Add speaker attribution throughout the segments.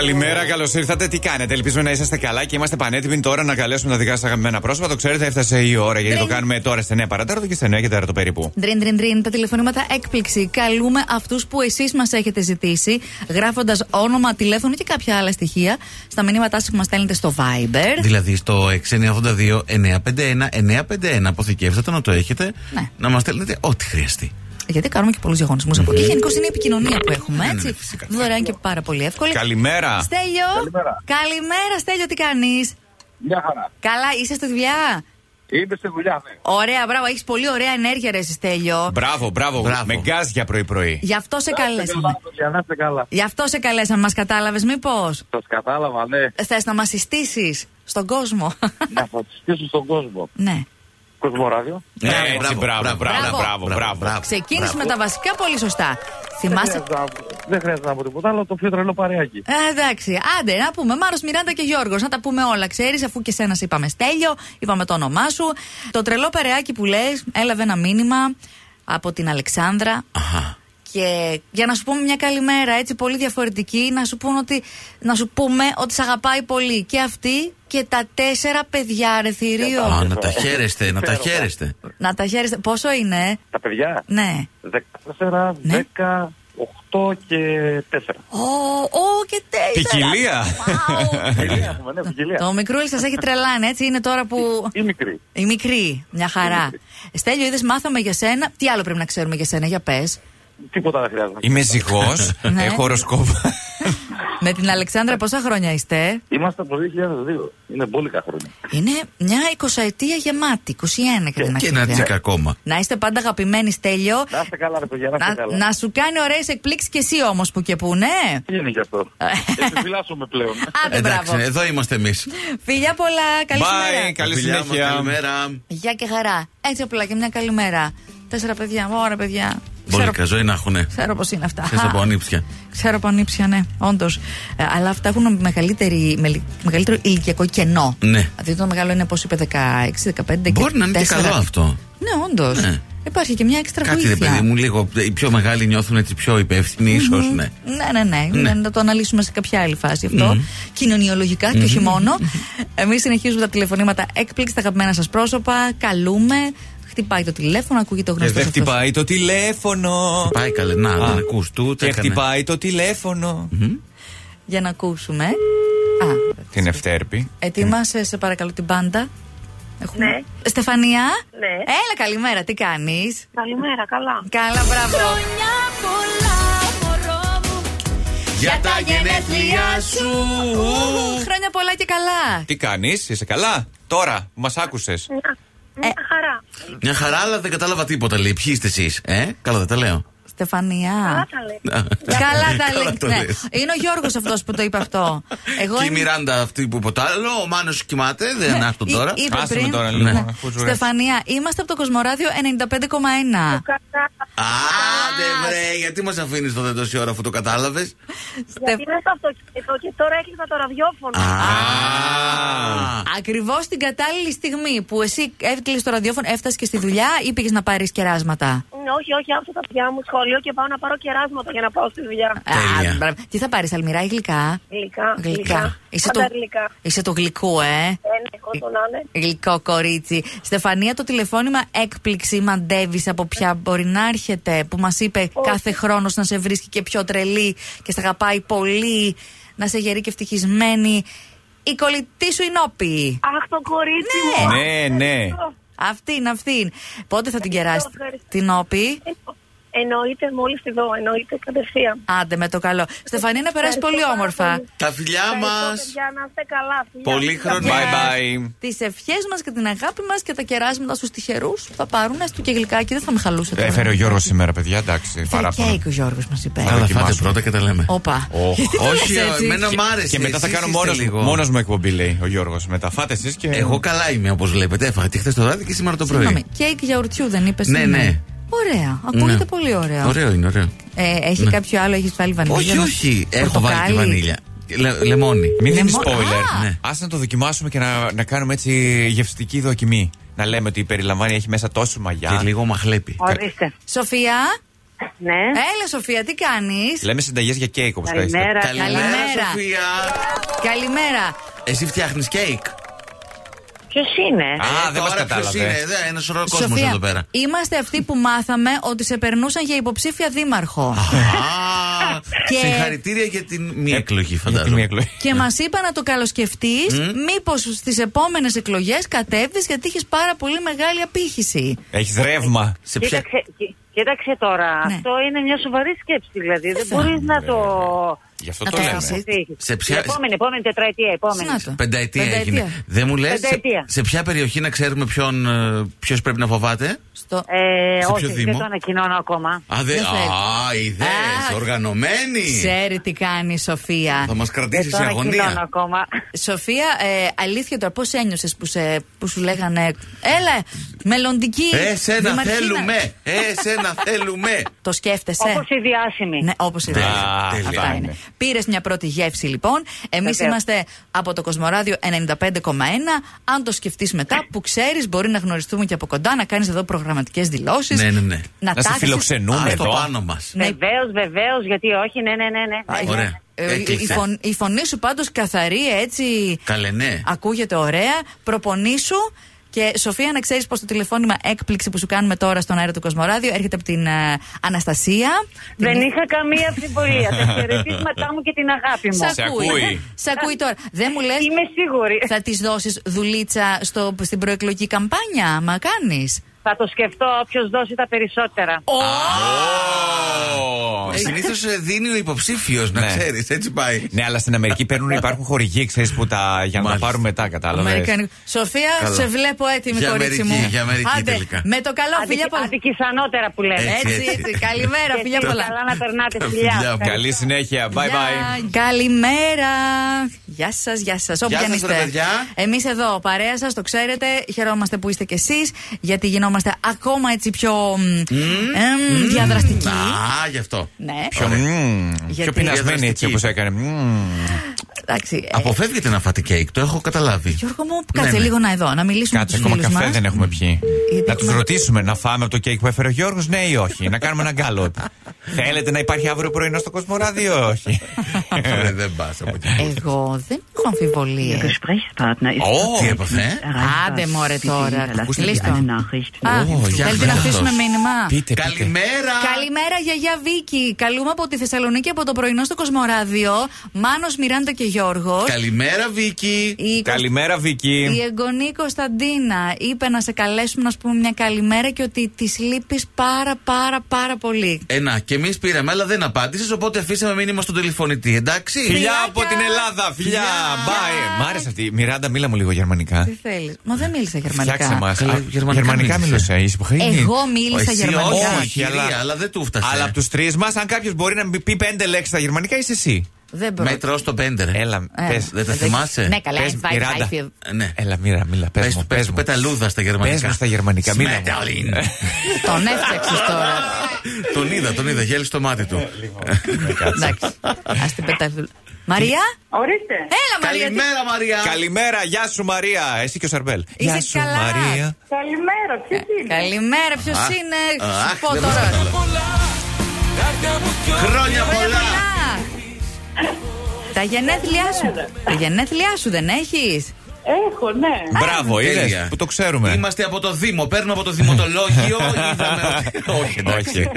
Speaker 1: Καλημέρα, καλώς ήρθατε. Τι κάνετε, ελπίζουμε να είσαστε καλά και είμαστε πανέτοιμοι τώρα να καλέσουμε τα δικά σας αγαπημένα πρόσωπα. Το ξέρετε, έφτασε η ώρα γιατί
Speaker 2: Τριν.
Speaker 1: το κάνουμε τώρα στην 9 παρατέταρτο και στην 9 και τέταρτο περίπου.
Speaker 2: Ντριν, ντριν, ντριν. Τα τηλεφωνήματα έκπληξη. Καλούμε αυτούς που εσείς μας έχετε ζητήσει, γράφοντας όνομα, τηλέφωνο και κάποια άλλα στοιχεία στα μηνύματά σας που μας στέλνετε στο Viber.
Speaker 3: Δηλαδή στο 6982-951-951. Αποθηκεύστε το να το έχετε.
Speaker 2: Ναι.
Speaker 3: Να μας στέλνετε ό,τι χρειαστεί.
Speaker 2: Γιατί κάνουμε και πολλούς διαγωνισμούς από εκεί. Γενικώς είναι η επικοινωνία που έχουμε,
Speaker 3: Ναι,
Speaker 2: έτσι.
Speaker 3: ναι, φυσικά.
Speaker 2: Δωρεάν και πάρα πολύ εύκολη.
Speaker 1: Καλημέρα.
Speaker 2: Στέλιο!
Speaker 4: Καλημέρα.
Speaker 2: Καλημέρα, Στέλιο, τι κάνεις.
Speaker 4: Μια χαρά.
Speaker 2: Καλά, είσαι στη δουλειά.
Speaker 4: Είμαι στη δουλειά, ναι.
Speaker 2: Ωραία, μπράβο, έχεις πολύ ωραία ενέργεια, ρε, εσύ, Στέλιο.
Speaker 1: Μπράβο, μπράβο.
Speaker 3: Μπράβο.
Speaker 1: Με γκάζια πρωί-πρωί.
Speaker 2: Γι' αυτό σε καλέσαμε.
Speaker 4: Για να είστε καλά.
Speaker 2: Γι' αυτό σε καλέσαμε, μας κατάλαβες, μήπως.
Speaker 4: Σας κατάλαβα, ναι.
Speaker 2: Θες να μας συστήσεις στον κόσμο.
Speaker 4: να φωτιστήσω στον κόσμο.
Speaker 2: ναι.
Speaker 4: Κοσμοράδιο.
Speaker 1: Ναι, έτσι, μπράβο,
Speaker 2: μπράβο,
Speaker 1: μπράβο.
Speaker 2: Ξεκίνησε με
Speaker 3: μπράβο.
Speaker 2: τα βασικά πολύ σωστά. Θυμάσαι.
Speaker 4: Δεν χρειάζεται να πω τίποτα άλλο, το πιο τρελό παρέακι.
Speaker 2: Ε, εντάξει, άντε να πούμε. Μάρο Μιράντα και Γιώργος, να τα πούμε όλα. Ξέρεις, αφού και σένα σε είπαμε Στέλιο, είπαμε το όνομά σου. Το τρελό περαιάκι που λες, έλαβε ένα μήνυμα από την Αλεξάνδρα.
Speaker 3: Αχα.
Speaker 2: Και για να σου πούμε μια καλημέρα, έτσι πολύ διαφορετική, να σου, πούν ότι, να σου πούμε ότι σε αγαπάει πολύ και αυτή και τα τέσσερα παιδιά, ρε θηρίο.
Speaker 3: Ε, Α, να τα χαίρεστε, να τα χαίρεστε.
Speaker 2: Να τα χαίρεστε. Πόσο είναι, ε?
Speaker 4: Τα παιδιά,
Speaker 2: ναι.
Speaker 4: 14,
Speaker 2: Ναι.
Speaker 4: 10, 8 και 4.
Speaker 2: Ω, ω και τέσσερα.
Speaker 1: Ποικιλία.
Speaker 2: Wow.
Speaker 4: Ποικιλία έχουμε, ναι, ποικιλία.
Speaker 2: Το μικρούλι σας έχει τρελάνει, έτσι είναι τώρα που.
Speaker 4: Ή μικρή.
Speaker 2: Η μικρή, μια χαρά.
Speaker 4: μικρή.
Speaker 2: Στέλιο, είδες, μάθαμε για σένα. Τι άλλο πρέπει να ξέρουμε για σένα, για πες.
Speaker 4: Τίποτα δεν χρειάζεται.
Speaker 1: Είμαι ζυγός.
Speaker 2: Ναι.
Speaker 1: Έχω οροσκόπα.
Speaker 2: Με την Αλεξάνδρα, πόσα χρόνια είστε.
Speaker 4: Είμαστε από το 2002. Είναι μπόλικα χρόνια.
Speaker 2: Είναι μια εικοσαετία γεμάτη, 21 κατά την
Speaker 3: Και ένα
Speaker 2: ακρίβεια.
Speaker 3: τσικ ακόμα.
Speaker 2: Να είστε πάντα αγαπημένοι, Στέλιο.
Speaker 4: Να είστε καλά, ρε παιδιά, να είστε
Speaker 2: Να,
Speaker 4: καλά.
Speaker 2: να σου κάνει ωραίες εκπλήξεις κι εσύ όμως που και που, ναι.
Speaker 4: Τι είναι γι' αυτό. Επιφυλάσσομαι πλέον.
Speaker 2: Άντε,
Speaker 3: Εντάξει, ναι.
Speaker 2: μπράβο.
Speaker 3: εδώ είμαστε εμείς.
Speaker 2: Φιλιά πολλά, καλή σου μέρα.
Speaker 1: Bye, καλή συνέχεια.
Speaker 3: Καλημέρα.
Speaker 2: Γεια και χαρά. Έτσι απλά και μια καλημέρα. Τέσσερα παιδιά, ωραία παιδιά. Ξέρω,
Speaker 3: Μπόλικα ζωή να έχουνε.
Speaker 2: ξέρω πώς είναι αυτά.
Speaker 3: Θε από ανήψια.
Speaker 2: Ξέρω από ανήψια, ναι, όντως. αλλά αυτά έχουν μεγαλύτερη, μελι- μεγαλύτερο ηλικιακό κενό.
Speaker 3: Ναι.
Speaker 2: Δηλαδή το μεγάλο είναι, πώς είπε, 16-15 και
Speaker 3: Μπορεί να είναι και
Speaker 2: 4.
Speaker 3: καλό αυτό.
Speaker 2: Ναι, όντως.
Speaker 3: Ναι.
Speaker 2: Υπάρχει και μια έξτρα
Speaker 3: Κάτι
Speaker 2: βοήθεια.
Speaker 3: δεν παιδί μου, λίγο. Οι πιο μεγάλοι νιώθουν έτσι πιο υπεύθυνοι, ίσως, ναι.
Speaker 2: Ναι, ναι, ναι,
Speaker 3: Ναι.
Speaker 2: Να το αναλύσουμε σε κάποια άλλη φάση αυτό. Κοινωνιολογικά και όχι μόνο. Εμείς συνεχίζουμε τα τηλεφωνήματα έκπληξη, τα αγαπημένα σας πρόσωπα. Καλούμε. Χτυπάει το τηλέφωνο, ακούγεται το
Speaker 3: Ε,
Speaker 1: Και
Speaker 2: γνωστός.
Speaker 1: δεν χτυπάει το τηλέφωνο.
Speaker 3: Πάει καλέ. Να,
Speaker 1: Α,
Speaker 3: δεν ακούς του. τα
Speaker 1: Και
Speaker 3: έκανε.
Speaker 1: χτυπάει το τηλέφωνο.
Speaker 2: Για να ακούσουμε. Α,
Speaker 1: Την ευτέρπη.
Speaker 2: ετοίμασες, σε παρακαλώ, την πάντα. Έχουμε...
Speaker 5: Ναι.
Speaker 2: Στεφανία.
Speaker 5: Ναι.
Speaker 2: Έλα, καλημέρα, τι κάνεις.
Speaker 5: Καλημέρα, καλά.
Speaker 2: Καλά, μπράβο.
Speaker 3: Για τα γενέθλιά σου.
Speaker 2: Ου, Χρόνια πολλά και καλά.
Speaker 1: Τι κάνεις, είσαι καλά. Τώρα που μας άκουσες.
Speaker 2: Ε,
Speaker 5: Μια, μια χαρά.
Speaker 3: Μια χαρά, αλλά δεν κατάλαβα τίποτα. Λέει, ποιοι είστε εσείς. Ε, καλά, δεν τα λέω.
Speaker 2: Στεφανία.
Speaker 5: Καλά τα λέτε.
Speaker 2: Καλά τα λέει.
Speaker 3: το
Speaker 2: ναι.
Speaker 3: λες.
Speaker 2: Είναι ο Γιώργος αυτός που το είπε αυτό. Εγώ
Speaker 3: Και η
Speaker 2: είμαι- Ναι,
Speaker 3: Μιράντα αυτή που είπε το άλλο, ο Μάνος κοιμάται, δεν άστον
Speaker 2: Ή-
Speaker 3: τώρα.
Speaker 2: είπε
Speaker 1: Άσε με
Speaker 2: πριν-
Speaker 1: τώρα λίγο.
Speaker 3: Ναι.
Speaker 1: Ακούω ζωές.
Speaker 2: Στεφανία, είμαστε από το Κοσμοράδιο 95,1.
Speaker 5: Καλά.
Speaker 3: Άντε ναι, βρε, γιατί μας αφήνεις τότε τόση ώρα αφού το κατάλαβες.
Speaker 2: Στε...
Speaker 5: Γιατί είμαι στο αυτοκίνητο και τώρα έκλεισα το ραδιόφωνο.
Speaker 2: Ακριβώς την κατάλληλη στιγμή που εσύ έκλεισες το ραδιόφωνο, έφτασες και στη δουλειά ή πήγες να πάρεις κεράσματα.
Speaker 5: Ναι, όχι, όχι, άφησα τα παιδιά μου σχολείο και πάω να πάρω κεράσματα για να πάω στη δουλειά.
Speaker 2: Α,
Speaker 3: Τέλεια.
Speaker 2: μπράβο. Τι θα πάρεις, αλμυρά ή γλυκά.
Speaker 5: Γλυκά.
Speaker 2: Ε, Γλυκά. Είσαι του,
Speaker 5: Πάντα γλυκά.
Speaker 2: είσαι του γλυκού, ε.
Speaker 5: Ε, ναι, όσο να είναι.
Speaker 2: Γλυκό κορίτσι. Στεφανία, το τηλεφώνημα έκπληξη μαντεύεις από ποια μπορεί να έρχεται, που μας είπε κάθε χρόνος να σε βρίσκει και πιο τρελή και σε αγαπάει πολύ, να σε γερή και ευτυχισμένη. Η κολλητή σου είναι όπιη.
Speaker 5: Αχ, το κορίτσι
Speaker 2: Ναι.
Speaker 5: μου.
Speaker 1: Ναι, ναι.
Speaker 2: Αυτήν, αυτήν. Πότε θα την κεράσει
Speaker 5: ευχαριστώ.
Speaker 2: την όπιη.
Speaker 5: Εννο- Εννοείται μόλις τη δω, εννοείται κατευθείαν.
Speaker 2: Άντε με το καλό. Στεφανία, να περάσει
Speaker 5: Ευχαριστώ
Speaker 2: πολύ
Speaker 5: πάρα
Speaker 2: όμορφα.
Speaker 5: πολύ.
Speaker 3: Τα φιλιά μα.
Speaker 5: Ευχαριστώ, παιδιά, να είστε καλά. Φιλιά.
Speaker 3: Πολύ
Speaker 1: Bye
Speaker 3: χρόνο.
Speaker 1: bye.
Speaker 2: Τις ευχές μας και την αγάπη μας και τα κεράσματα στους τυχερούς που θα πάρουν. Έστω και γλυκάκι, δεν θα με χαλούσε. τώρα.
Speaker 1: Έφερε ο Γιώργος σήμερα, παιδιά, εντάξει.
Speaker 2: Φέρε
Speaker 1: Παράπονο.
Speaker 2: κέικ ο Γιώργος μας είπε.
Speaker 3: Αλλά φάτε
Speaker 1: δοκιμάσουμε.
Speaker 3: πρώτα και τα λέμε.
Speaker 2: Όπα.
Speaker 1: Οχ.
Speaker 2: Γιατί το
Speaker 3: Όχι,
Speaker 2: λες έτσι?
Speaker 3: εμένα μ' άρεσε.
Speaker 1: Και μετά θα
Speaker 3: εσείς
Speaker 1: κάνω
Speaker 3: είστε
Speaker 1: μόνος,
Speaker 3: λίγο.
Speaker 1: μόνος μου εκπομπή, λέει ο Γιώργος. Μετά φάτε εσείς και.
Speaker 3: Εγώ καλά είμαι, όπως βλέπετε. Έφαγα και χθες το βράδυ και σήμερα το
Speaker 2: Συγγνώμη,
Speaker 3: πρωί.
Speaker 2: κέικ γιαουρτιού δεν είπες.
Speaker 3: Ναι, ναι.
Speaker 2: Ωραία, ακούγεται
Speaker 3: Ναι.
Speaker 2: πολύ ωραία.
Speaker 3: Ωραίο είναι, ωραίο.
Speaker 2: Ε, έχει κάποιο άλλο, έχεις βάλει βανίλια.
Speaker 3: Όχι,
Speaker 2: να-
Speaker 3: όχι. Έχω
Speaker 2: πορτοκάλι.
Speaker 3: βάλει και βανίλια. Λε- Λεμόνι.
Speaker 1: Μην δίνεις
Speaker 2: Λεμό-
Speaker 1: spoiler.
Speaker 2: Α!
Speaker 1: Ναι. Ας να το δοκιμάσουμε και να, να κάνουμε έτσι γευστική δοκιμή. Να λέμε ότι περιλαμβάνει, έχει μέσα τόσο μαγιά.
Speaker 3: Και λίγο μαχλέπι.
Speaker 6: Ορίστε.
Speaker 2: Σοφία,
Speaker 5: Ναι.
Speaker 2: Έλα, Σοφία, τι κάνεις.
Speaker 1: Λέμε συνταγές για κέικ όπως
Speaker 5: Καλημέρα.
Speaker 2: Καλημέρα.
Speaker 3: Σοφία.
Speaker 2: Καλημέρα.
Speaker 3: Εσύ φτιάχνεις κέικ.
Speaker 5: Ποιος είναι.
Speaker 1: Α, δεν μας
Speaker 3: Ε, τώρα ποιος
Speaker 1: κατάλαβε.
Speaker 3: είναι, δε, ένας σωρό κόσμος εδώ πέρα.
Speaker 2: είμαστε αυτοί που μάθαμε ότι σε περνούσαν για υποψήφια δήμαρχο.
Speaker 3: Α,
Speaker 2: Και-
Speaker 3: Συγχαρητήρια Ε, για την μη εκλογή,
Speaker 1: Για τη μία
Speaker 3: φαντάζομαι.
Speaker 1: Ε, εκλογή.
Speaker 2: Και μας είπα να το καλοσκεφτείς, μήπως στις επόμενες εκλογές κατέβεις γιατί έχεις πάρα πολύ μεγάλη απήχηση.
Speaker 1: Έχεις ρεύμα.
Speaker 3: Σε ποια.
Speaker 5: Κοίταξε, κοι- κοίταξε τώρα,
Speaker 2: Ναι.
Speaker 5: αυτό είναι μια σοβαρή σκέψη. Δηλαδή δεν
Speaker 2: θα-
Speaker 5: μπορείς να το. Ε,
Speaker 1: Γι' αυτό
Speaker 2: Να
Speaker 1: το
Speaker 2: το
Speaker 1: λέμε.
Speaker 2: κάνεις.
Speaker 3: Σε ποια-
Speaker 5: Η Επόμενη, επόμενη τετραετία, επόμενη.
Speaker 2: Συνάτο.
Speaker 3: Πενταετία έγινε. Δεν μου λες. Σε,
Speaker 5: Πενταετία.
Speaker 3: σε ποια περιοχή να ξέρουμε ποιον ποιος πρέπει να φοβάται.
Speaker 2: Στο...
Speaker 5: Ε,
Speaker 3: Σε
Speaker 5: όχι,
Speaker 3: ποιο
Speaker 5: δεν
Speaker 3: δήμο?
Speaker 5: το ανακοινώνω ακόμα.
Speaker 3: Α, δε,
Speaker 2: Δεν θέλεις.
Speaker 3: α ιδέες,
Speaker 2: Α,
Speaker 3: οργανωμένοι.
Speaker 2: Ξέρει τι κάνει η Σοφία.
Speaker 3: Θα μας κρατήσεις
Speaker 5: Δεν το
Speaker 3: σε
Speaker 5: ανακοινώνω
Speaker 3: αγωνία.
Speaker 5: ακόμα.
Speaker 2: Σοφία, ε, αλήθεια τώρα, πώς ένιωσες που, σε- που σου λέγανε. Έλα, μελλοντική.
Speaker 3: Ε, σένα
Speaker 2: δημαρχίνα».
Speaker 3: θέλουμε. Ε, σένα θέλουμε.
Speaker 2: Το σκέφτεσαι.
Speaker 5: Όπως οι διάσημοι.
Speaker 2: Ναι, όπως η
Speaker 3: Τέλεια,
Speaker 2: Δέσποινα.
Speaker 3: τέλεια.
Speaker 2: Αυτά είναι.
Speaker 1: είναι.
Speaker 2: Πήρες μια πρώτη γεύση λοιπόν. Εμείς
Speaker 5: Βεβαίως.
Speaker 2: είμαστε από το Κοσμοράδιο 95,1. Αν το σκεφτείς μετά, που ξέρεις, μπορεί να γνωριστούμε και από κοντά, να κάνεις εδώ προγραμματικές δηλώσεις.
Speaker 3: Ναι, ναι, ναι.
Speaker 2: Να,
Speaker 1: Να σε
Speaker 2: τάξεις-
Speaker 1: φιλοξενούμε
Speaker 3: Α, το
Speaker 1: εδώ.
Speaker 3: πάνω μας.
Speaker 2: Ναι.
Speaker 5: Βεβαίως, βεβαίως, γιατί όχι, ναι, ναι, ναι. ναι.
Speaker 2: Α,
Speaker 3: Ωραία.
Speaker 2: ε, η- η,
Speaker 3: Έκλεισε.
Speaker 2: φων- η φωνή σου πάντως καθαρή έτσι
Speaker 3: Καλενέ.
Speaker 2: ακούγεται ωραία. Προπονή σου. Και Σοφία, να ξέρεις πως το τηλεφώνημα έκπληξη που σου κάνουμε τώρα στον αέρα του Κοσμοράδιου έρχεται από την ε, Αναστασία.
Speaker 5: Δεν
Speaker 2: Την-
Speaker 5: είχα καμία αμφιβολία. Τα χαιρετίσματά μου και την αγάπη μου.
Speaker 1: Σε
Speaker 2: Σ' ακούει.
Speaker 1: ακούει.
Speaker 2: Σ' ακούει τώρα. Δεν μου λες.
Speaker 5: Είμαι σίγουρη. Θα...
Speaker 2: Θα της δώσεις δουλίτσα στο, στην προεκλογική καμπάνια, μα κάνεις.
Speaker 5: το σκεφτώ όποιος δώσει τα περισσότερα.
Speaker 3: Συνήθως Ε, δίνει ο υποψήφιος, να
Speaker 1: Ναι.
Speaker 3: ξέρεις, έτσι πάει.
Speaker 1: Ναι, αλλά στην Αμερική παίρνουν, υπάρχουν χορηγοί, ξέρεις που τα. για να τα
Speaker 3: Μάλιστα.
Speaker 1: πάρουν μετά, κατάλαβε.
Speaker 2: Σοφία,
Speaker 3: Καλά.
Speaker 2: σε βλέπω έτοιμη,
Speaker 3: Για
Speaker 2: κορίτσι
Speaker 3: Αμερική,
Speaker 2: μου.
Speaker 3: για Αμερική
Speaker 2: Άντε,
Speaker 3: τελικά.
Speaker 2: με το καλό,
Speaker 5: Αντικ...
Speaker 2: φιλιά πολλά.
Speaker 5: Αντικυσανότερα που λέμε.
Speaker 3: Ε,
Speaker 2: Έτσι,
Speaker 3: Έτσι,
Speaker 2: έτσι.
Speaker 3: έτσι.
Speaker 2: Καλημέρα,
Speaker 5: Και
Speaker 2: φιλιά
Speaker 5: εσείς
Speaker 2: πολλά.
Speaker 5: Καλά να περνάτε,
Speaker 3: Φιλιά,
Speaker 5: φιλιά.
Speaker 1: Καλή συνέχεια. Bye bye.
Speaker 2: Γεια. Καλημέρα. Γεια σας, γεια σας. Όπου
Speaker 3: Γεια
Speaker 2: κι αν
Speaker 3: σας, ρε
Speaker 2: είστε.
Speaker 3: παιδιά.
Speaker 2: Εμείς εδώ, παρέα σας, το ξέρετε. Χαιρόμαστε που είστε κι εσείς, γιατί γινόμαστε ακόμα έτσι πιο μ, εμ, διαδραστικοί.
Speaker 3: Α, γι' αυτό.
Speaker 2: Ναι.
Speaker 1: Πιο,
Speaker 3: Ωραία.
Speaker 1: μμμ,
Speaker 2: Γιατί-
Speaker 1: πιο πεινασμένη έτσι
Speaker 3: Διαδραστική.
Speaker 1: όπως έκανε. Μμμ.
Speaker 2: Εντάξει, ε,
Speaker 3: Αποφεύγετε να φάτε κέικ, το έχω καταλάβει.
Speaker 2: Γιώργο μου,
Speaker 3: Ναι,
Speaker 2: κάτσε
Speaker 3: ναι.
Speaker 2: λίγο να εδώ, να μιλήσουμε
Speaker 1: Κάτσε,
Speaker 2: με τους
Speaker 1: ακόμα
Speaker 2: φίλους
Speaker 1: καφέ
Speaker 2: μας.
Speaker 1: δεν έχουμε πιει.
Speaker 2: Ήδη
Speaker 1: να τους
Speaker 2: έχουμε-
Speaker 1: ρωτήσουμε να φάμε από το κέικ που έφερε ο Γιώργος, ναι ή όχι. να κάνουμε ένα γκάλο. Θέλετε να υπάρχει αύριο πρωινό στο Κοσμοράδιο, ή όχι.
Speaker 3: Ρε, Ε, δεν πας από
Speaker 2: Ε,
Speaker 3: εκεί.
Speaker 2: Εγώ δεν έχω αμφιβολίες.
Speaker 6: Gesprächspartner
Speaker 2: ναι.
Speaker 6: ist
Speaker 3: Ω, τι έπαθε. ε?
Speaker 2: Άντε μωρέ τώρα.
Speaker 6: Hinterlassen Sie
Speaker 2: Κλείστο.
Speaker 6: eine Nachricht.
Speaker 2: Α,
Speaker 3: Ω, για
Speaker 2: θέλετε να
Speaker 3: αυτός.
Speaker 2: αφήσουμε μήνυμα.
Speaker 1: πείτε, πείτε.
Speaker 3: Καλημέρα!
Speaker 2: Καλημέρα γιαγιά Βίκη. Καλούμε από τη Θεσσαλονίκη από το πρωινό στο Κοσμοράδιο. Μάνος, Μιράντα και Γιώργος.
Speaker 3: Καλημέρα, Βίκυ!
Speaker 2: Η,
Speaker 1: Καλημέρα,
Speaker 2: η
Speaker 1: Βίκυ.
Speaker 2: εγγονή Κωνσταντίνα είπε να σε καλέσουμε να σου πούμε μια καλημέρα και ότι τη λείπεις πάρα πάρα πάρα πολύ.
Speaker 3: Ε, να, και εμείς πήραμε, αλλά δεν απάντησες, οπότε αφήσαμε μήνυμα στον τηλεφωνητή, εντάξει.
Speaker 1: Φιλιά από την Ελλάδα, φιλιά. Bye. Μ' άρεσε αυτή. Μιράντα, μίλα μου λίγο
Speaker 2: Τι
Speaker 1: γερμανικά.
Speaker 2: θέλεις. Μα δεν μίλησε
Speaker 1: Φτιάξε
Speaker 2: γερμανικά.
Speaker 1: μας.
Speaker 3: Καλά, γερμανικά
Speaker 1: Γερμανικά
Speaker 3: μίλησε.
Speaker 1: μίλησε. είσαι υποχρεωμένη.
Speaker 2: Εγώ μίλησα
Speaker 3: Εσύ
Speaker 2: γερμανικά.
Speaker 3: όχι. κυρία, αλλά δεν του φτάσε.
Speaker 1: Αλλά από τους τρεις μας, αν κάποιος μπορεί να μου πει πέντε λέξεις στα γερμανικά, είσαι εσύ.
Speaker 2: Δεν μπορώ.
Speaker 3: Μέτρο στο πέντε, ρε.
Speaker 1: Έλα,
Speaker 2: Ε,
Speaker 1: πες.
Speaker 3: Δεν τα θυμάσαι.
Speaker 2: Ναι, καλά,
Speaker 1: Πες,
Speaker 2: it's fine,
Speaker 1: Μιράντα.
Speaker 2: I feel-
Speaker 3: Ε, Ναι.
Speaker 1: Έλα, μοίρα, μίλα. Πες
Speaker 3: Πες,
Speaker 1: μου,
Speaker 3: μου,
Speaker 1: πες
Speaker 3: πες
Speaker 1: μου.
Speaker 3: μου πεταλούδα στα γερμανικά.
Speaker 1: Πες μου στα γερμανικά, μίλα μου.
Speaker 3: Σμέταλιν.
Speaker 2: Τον έφτιαξες τώρα.
Speaker 3: τον είδα, τον είδα, γέλει στο μάτι
Speaker 1: Ε,
Speaker 3: του.
Speaker 1: λοιπόν.
Speaker 3: Ε,
Speaker 2: Εντάξει. Ας την πετάξω. Μαρία!
Speaker 5: Ορίστε.
Speaker 2: Έλα, Μαρία! τι-
Speaker 3: Καλημέρα, Μαρία.
Speaker 1: Καλημέρα, γεια σου Μαρία. Εσύ και ο Σαρμπέλ.
Speaker 2: Είσαι
Speaker 1: γεια σου
Speaker 2: καλά.
Speaker 1: Μαρία.
Speaker 5: Καλημέρα, ποιος
Speaker 2: Καλημέρα, ποιος
Speaker 3: Α,
Speaker 2: είναι.
Speaker 3: α,
Speaker 2: Σου
Speaker 3: αχ,
Speaker 2: πω
Speaker 3: δεν μας
Speaker 2: τώρα.
Speaker 3: κατάλαβα. Χρόνια πολλά.
Speaker 2: Πολλά. Τα γενέθλιά σου. Τα γενέθλιά σου δεν έχεις.
Speaker 5: Έχω, ναι.
Speaker 2: Ε.
Speaker 1: Μπράβο, είδε
Speaker 3: Τέλεια.
Speaker 1: που το ξέρουμε.
Speaker 3: Είμαστε από το Δήμο. Παίρνω από το Δημοτολόγιο. Είδαμε ότι- Όχι, εντάξει.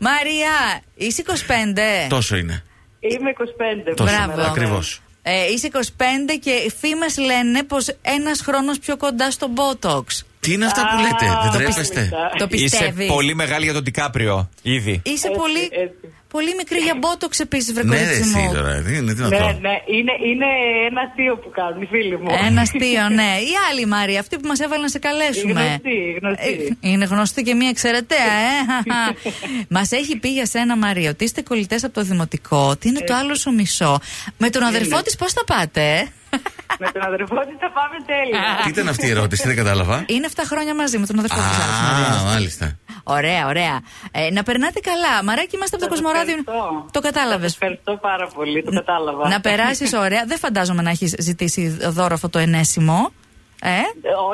Speaker 2: Μαρία, είσαι 25.
Speaker 3: Τόσο είναι.
Speaker 5: Είμαι 25.
Speaker 3: Τόσο.
Speaker 2: Μπράβο.
Speaker 3: Ακριβώς.
Speaker 2: Ε, είσαι 25 και οι φήμες λένε πως ένας χρόνος πιο κοντά στο Botox.
Speaker 3: Τι είναι αυτά που λέτε, δεν τρέπεστε.
Speaker 2: Το
Speaker 1: Είσαι
Speaker 2: πιστεύει.
Speaker 1: πολύ μεγάλη για τον Τικάπριο ήδη.
Speaker 2: Είσαι
Speaker 5: Έτσι,
Speaker 2: πολύ,
Speaker 5: έτσι.
Speaker 2: πολύ μικρή για Botox επίσης, βρε
Speaker 3: Ναι, ρε,
Speaker 2: Ε, κορίτσι
Speaker 3: εσύ
Speaker 2: μου.
Speaker 3: τώρα. τι- τι να
Speaker 5: Ναι,
Speaker 3: τρώω.
Speaker 5: ναι, είναι, είναι ένα αστείο που κάνουν οι φίλοι μου.
Speaker 2: Ένα αστείο, ναι. Η άλλη Μαρία, αυτή που μας έβαλε να σε καλέσουμε.
Speaker 5: Η γνωστή, η γνωστή.
Speaker 2: Ε, είναι γνωστή και μία εξαιρετέα, ε. μας έχει πει για σένα, Μαρία, ότι είστε κολλητές από το δημοτικό, ότι είναι το άλλο σου μισό. Με τον αδερφό της, πώς θα πάτε, ε?
Speaker 5: Με τον αδερφό της θα πάμε τέλεια.
Speaker 3: Τι ήταν αυτή η ερώτηση, δεν κατάλαβα.
Speaker 2: Είναι 7 χρόνια μαζί με τον αδερφό της.
Speaker 3: Α, μάλιστα.
Speaker 2: Ωραία, ωραία. Ε, να περνάτε καλά. Μαράκι, είμαστε από το
Speaker 5: Σας
Speaker 2: Κοσμοράδιο.
Speaker 5: ευχαριστώ.
Speaker 2: Το κατάλαβες.
Speaker 5: Ευχαριστώ πάρα πολύ, το κατάλαβα.
Speaker 2: Να περάσεις ωραία. Δεν φαντάζομαι να έχεις ζητήσει δώρο αυτό το ενέσιμο. Ε?
Speaker 5: Ε,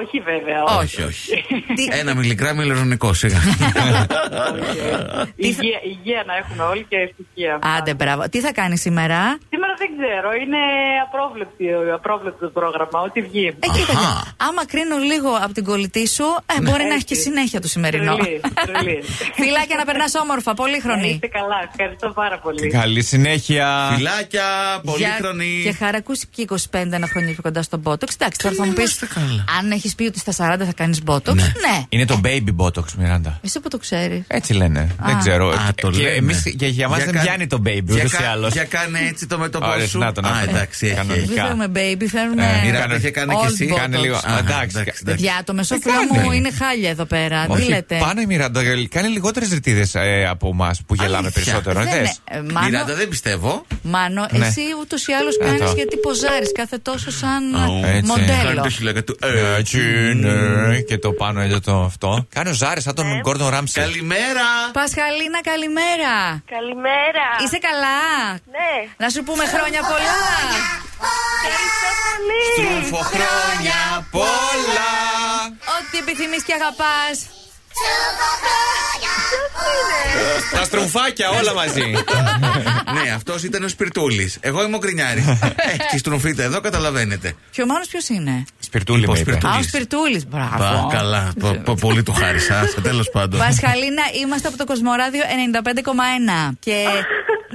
Speaker 5: όχι βέβαια.
Speaker 3: Όχι, όχι.
Speaker 2: Τι-
Speaker 3: Ένα μιλιγκράμμι ηλεκτρονικό σιγά.
Speaker 2: Τι θα-
Speaker 5: Ε, Υγεία, υγεία να έχουμε όλοι και ευτυχία.
Speaker 2: Άντε, μπράβο. Τι θα κάνεις σήμερα.
Speaker 5: Σήμερα δεν ξέρω, είναι απρόβλεπτη- απρόβλεπτο το πρόγραμμα, ό,τι βγει.
Speaker 2: Ε, κοίταξε.
Speaker 3: Αχα.
Speaker 2: Άμα κρίνω λίγο από την κολλητή σου, ε, μπορεί να έχει και συνέχεια το σημερινό.
Speaker 5: Ναι. Τρελή, τρελή.
Speaker 2: Φιλάκια να περνάς όμορφα, πολύχρονη.
Speaker 5: Ε, Είστε καλά, ευχαριστώ πάρα πολύ.
Speaker 1: Καλή συνέχεια.
Speaker 3: Φιλάκια, πολύχρονη.
Speaker 2: Για- Και χαρακούσει και 25 χρόνια πιο κοντά στον Μπότοξ. Εντάξει, τώρα θα μου πεις.
Speaker 3: είμαστε καλά. Αν
Speaker 2: Αν έχεις πει ότι στα 40 θα κάνεις Μπότοξ. Ναι.
Speaker 3: Ναι.
Speaker 1: Είναι το baby botox, Μιράντα.
Speaker 2: Εσύ που το ξέρεις.
Speaker 1: Έτσι λένε. Δεν ξέρω.
Speaker 3: Α, το
Speaker 1: και
Speaker 3: λένε.
Speaker 1: εμείς- και για μας δεν
Speaker 3: κα-
Speaker 1: πιάνει το baby,
Speaker 3: για
Speaker 1: ούτως ή
Speaker 3: κα-
Speaker 1: άλλως.
Speaker 3: Για κάνε έτσι το μέτωπο
Speaker 1: Ωραία,
Speaker 3: σου.
Speaker 1: να το, να
Speaker 3: Α,
Speaker 1: το.
Speaker 3: εντάξει, έχει,
Speaker 1: Κανονικά.
Speaker 2: Δεν
Speaker 3: έχει.
Speaker 2: φέρνουμε baby,
Speaker 1: Ε,
Speaker 2: φέρνουμε.
Speaker 1: Μοιρά-
Speaker 3: Μοιράντα, είχε κάνει και
Speaker 2: Old
Speaker 3: εσύ.
Speaker 2: botox.
Speaker 1: Κάνε λίγο.
Speaker 3: Α,
Speaker 1: εντάξει,
Speaker 3: εντάξει,
Speaker 1: εντάξει.
Speaker 2: Παιδιά, το μεσόφυλλο μου είναι χάλια εδώ πέρα. Τι
Speaker 1: Όχι,
Speaker 2: λέτε.
Speaker 1: πάνω η Μιράντα κάνει λιγότερες ρητίδες από εμάς που γελάμε
Speaker 3: Αλήθεια.
Speaker 1: περισσότερο.
Speaker 2: Δεν
Speaker 1: ε,
Speaker 2: είναι.
Speaker 1: δες.
Speaker 2: Ε, Μάνο,
Speaker 3: Μοιράντα, δεν πιστεύω.
Speaker 2: Μάνο,
Speaker 1: Ναι.
Speaker 2: εσύ ούτως ή άλλως
Speaker 1: Ε,
Speaker 2: κάνεις
Speaker 1: το.
Speaker 2: γιατί ποζάρεις κάθε τόσο σαν
Speaker 3: Αου.
Speaker 2: ε,
Speaker 1: Έτσι.
Speaker 3: Κάνει το
Speaker 2: μοντέλο.
Speaker 3: συλλέγα του.
Speaker 1: Ε,
Speaker 3: Ε,
Speaker 1: Έτσι είναι. Και το πάνω έτσι Ε. το αυτό. Κάνω ζάρι σαν τον Γκόρντον Ράμψε.
Speaker 3: Καλημέρα.
Speaker 2: Πασχαλίνα, καλημέρα.
Speaker 5: Καλημέρα.
Speaker 2: Είσαι καλά.
Speaker 5: Ναι,
Speaker 2: Να σου πούμε χρόνια πολλά.
Speaker 5: ευχαριστώ πολύ.
Speaker 1: Χρόνια πολλά!
Speaker 2: Ό,τι επιθυμείς και αγαπάς
Speaker 1: Τα στρουφάκια όλα μαζί.
Speaker 3: Ναι, αυτός ήταν ο Σπιρτούλης. Εγώ είμαι ο Γκρινιάρης. Τη στροφείτε εδώ, καταλαβαίνετε.
Speaker 2: Και ο Μάνος ποιος είναι.
Speaker 1: Λοιπόν, Σπιρτούλη
Speaker 3: Πώς
Speaker 1: με είπε.
Speaker 3: σπιρτούλης.
Speaker 2: Α, ο
Speaker 3: Σπυρτούλης.
Speaker 2: Σπιρτούλης. Μπράβο.
Speaker 3: Πα, καλά. Πο- πο- Πολύ του χάρισα. Τέλος πάντων.
Speaker 2: Πασχαλίνα, είμαστε από το Κοσμοράδιο 95,1. Και.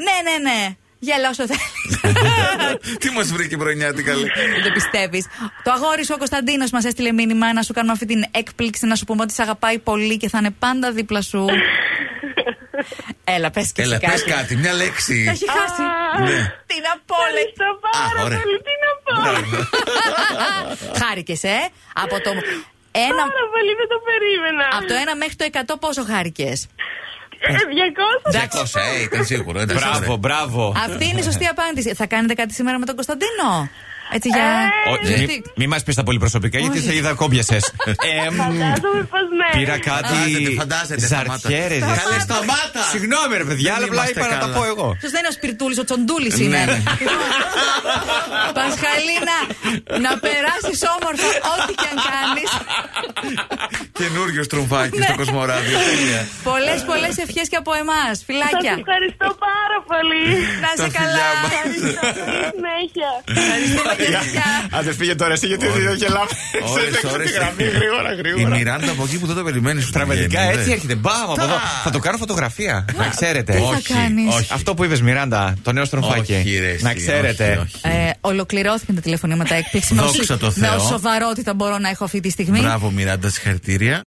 Speaker 2: ναι, ναι, ναι. Γελά όσο θέλεις
Speaker 3: Τι μας βρήκε η πρωινιάτικα, λέει.
Speaker 2: Δεν το πιστεύεις. Το αγόρι σου, ο Κωνσταντίνος, μας έστειλε μήνυμα να σου κάνουμε αυτή την έκπληξη, να σου πούμε ότι σε αγαπάει πολύ και θα είναι πάντα δίπλα σου. Έλα, πες και
Speaker 3: Έλα,
Speaker 2: εσύ
Speaker 3: πες
Speaker 2: κάτι.
Speaker 3: κάτι, μια λέξη.
Speaker 2: Τα έχει χάσει. Την απόλυτη.
Speaker 5: Ευχαριστώ πάρα
Speaker 3: Α, ωραία.
Speaker 5: πολύ, τι να πω.
Speaker 3: Ναι,
Speaker 2: Χάρηκες, ε. Από το. Ένα,
Speaker 5: Πάρα πολύ, δεν το περίμενα.
Speaker 2: από το 1 μέχρι το 100 πόσο χάρηκες.
Speaker 5: Ε, 200.
Speaker 3: 200, ε, ήταν σίγουρο. ήταν
Speaker 1: Μπράβο,
Speaker 3: σίγουρο.
Speaker 1: μπράβο.
Speaker 2: Αυτή είναι η σωστή απάντηση. Θα κάνετε κάτι σήμερα με τον Κωνσταντίνο. Έτσι για.
Speaker 5: Ε,
Speaker 1: Ο-
Speaker 2: Ζεστή.
Speaker 1: μη- Μη μας πεις τα πολύ προσωπικά, γιατί
Speaker 2: Όχι.
Speaker 1: σε είδα κόμπιασες.
Speaker 5: Φαντάζομαι πως ναι.
Speaker 1: Πήρα κάτι.
Speaker 3: Φαντάζεται, φαντάζεται. σταμάτα.
Speaker 1: Ζαρχέρε.
Speaker 3: Καλές, σταμάτα.
Speaker 1: Συγγνώμη, ρε παιδιά, αλλά απλά
Speaker 3: είμαστε
Speaker 1: είπα να τα
Speaker 3: καλά.
Speaker 1: πω εγώ.
Speaker 2: Ποιος δεν είναι ο Σπιρτούλη, ο Τσοντούλης είναι.
Speaker 3: Ναι, ναι.
Speaker 2: Πασχαλίνα, να περάσεις όμορφα ό,τι και αν κάνεις.
Speaker 3: Καινούριο τρομφάκι
Speaker 1: Ναι.
Speaker 2: Ναι.
Speaker 3: στο Κοσμοράδιο. τέλεια.
Speaker 2: Πολλές, πολλές ευχές και από εμάς.
Speaker 5: Σας
Speaker 2: Φιλάκια.
Speaker 5: ευχαριστώ πάρα πολύ.
Speaker 2: Να είσαι
Speaker 3: Τα
Speaker 2: καλά.
Speaker 3: φιλιά μας.
Speaker 5: Καλή συνέχεια.
Speaker 2: Ευχαριστούμε και φιλιά.
Speaker 1: Αν δεν φύγε τώρα εσύ, γιατί δεν γελάμε.
Speaker 3: Ώρες, ώρες. Η Μιράντα από εκεί που ε? δεν το περιμένεις.
Speaker 1: Πραγματικά
Speaker 3: ναι.
Speaker 1: έτσι έρχεται. Μπαμ από
Speaker 3: Τα.
Speaker 1: εδώ. Θα το κάνω φωτογραφία. Να
Speaker 2: Τι
Speaker 1: ξέρετε.
Speaker 2: θα κάνεις.
Speaker 3: όχι.
Speaker 1: Αυτό που είπες, Μιράντα, το νέο
Speaker 3: Όχι,
Speaker 1: στροφάκι. Να
Speaker 3: ρε, εσύ, όχι,
Speaker 1: ξέρετε.
Speaker 3: όχι.
Speaker 2: Ε, ολοκληρώθηκαν τα τηλεφωνήματα έκπληξη. με
Speaker 3: Δόξα
Speaker 2: όση-
Speaker 3: τω
Speaker 2: Με
Speaker 3: Θεώ.
Speaker 2: όση σοβαρότητα μπορώ να έχω αυτή τη στιγμή.
Speaker 3: Μπράβο, Μιράντα, συγχαρητήρια.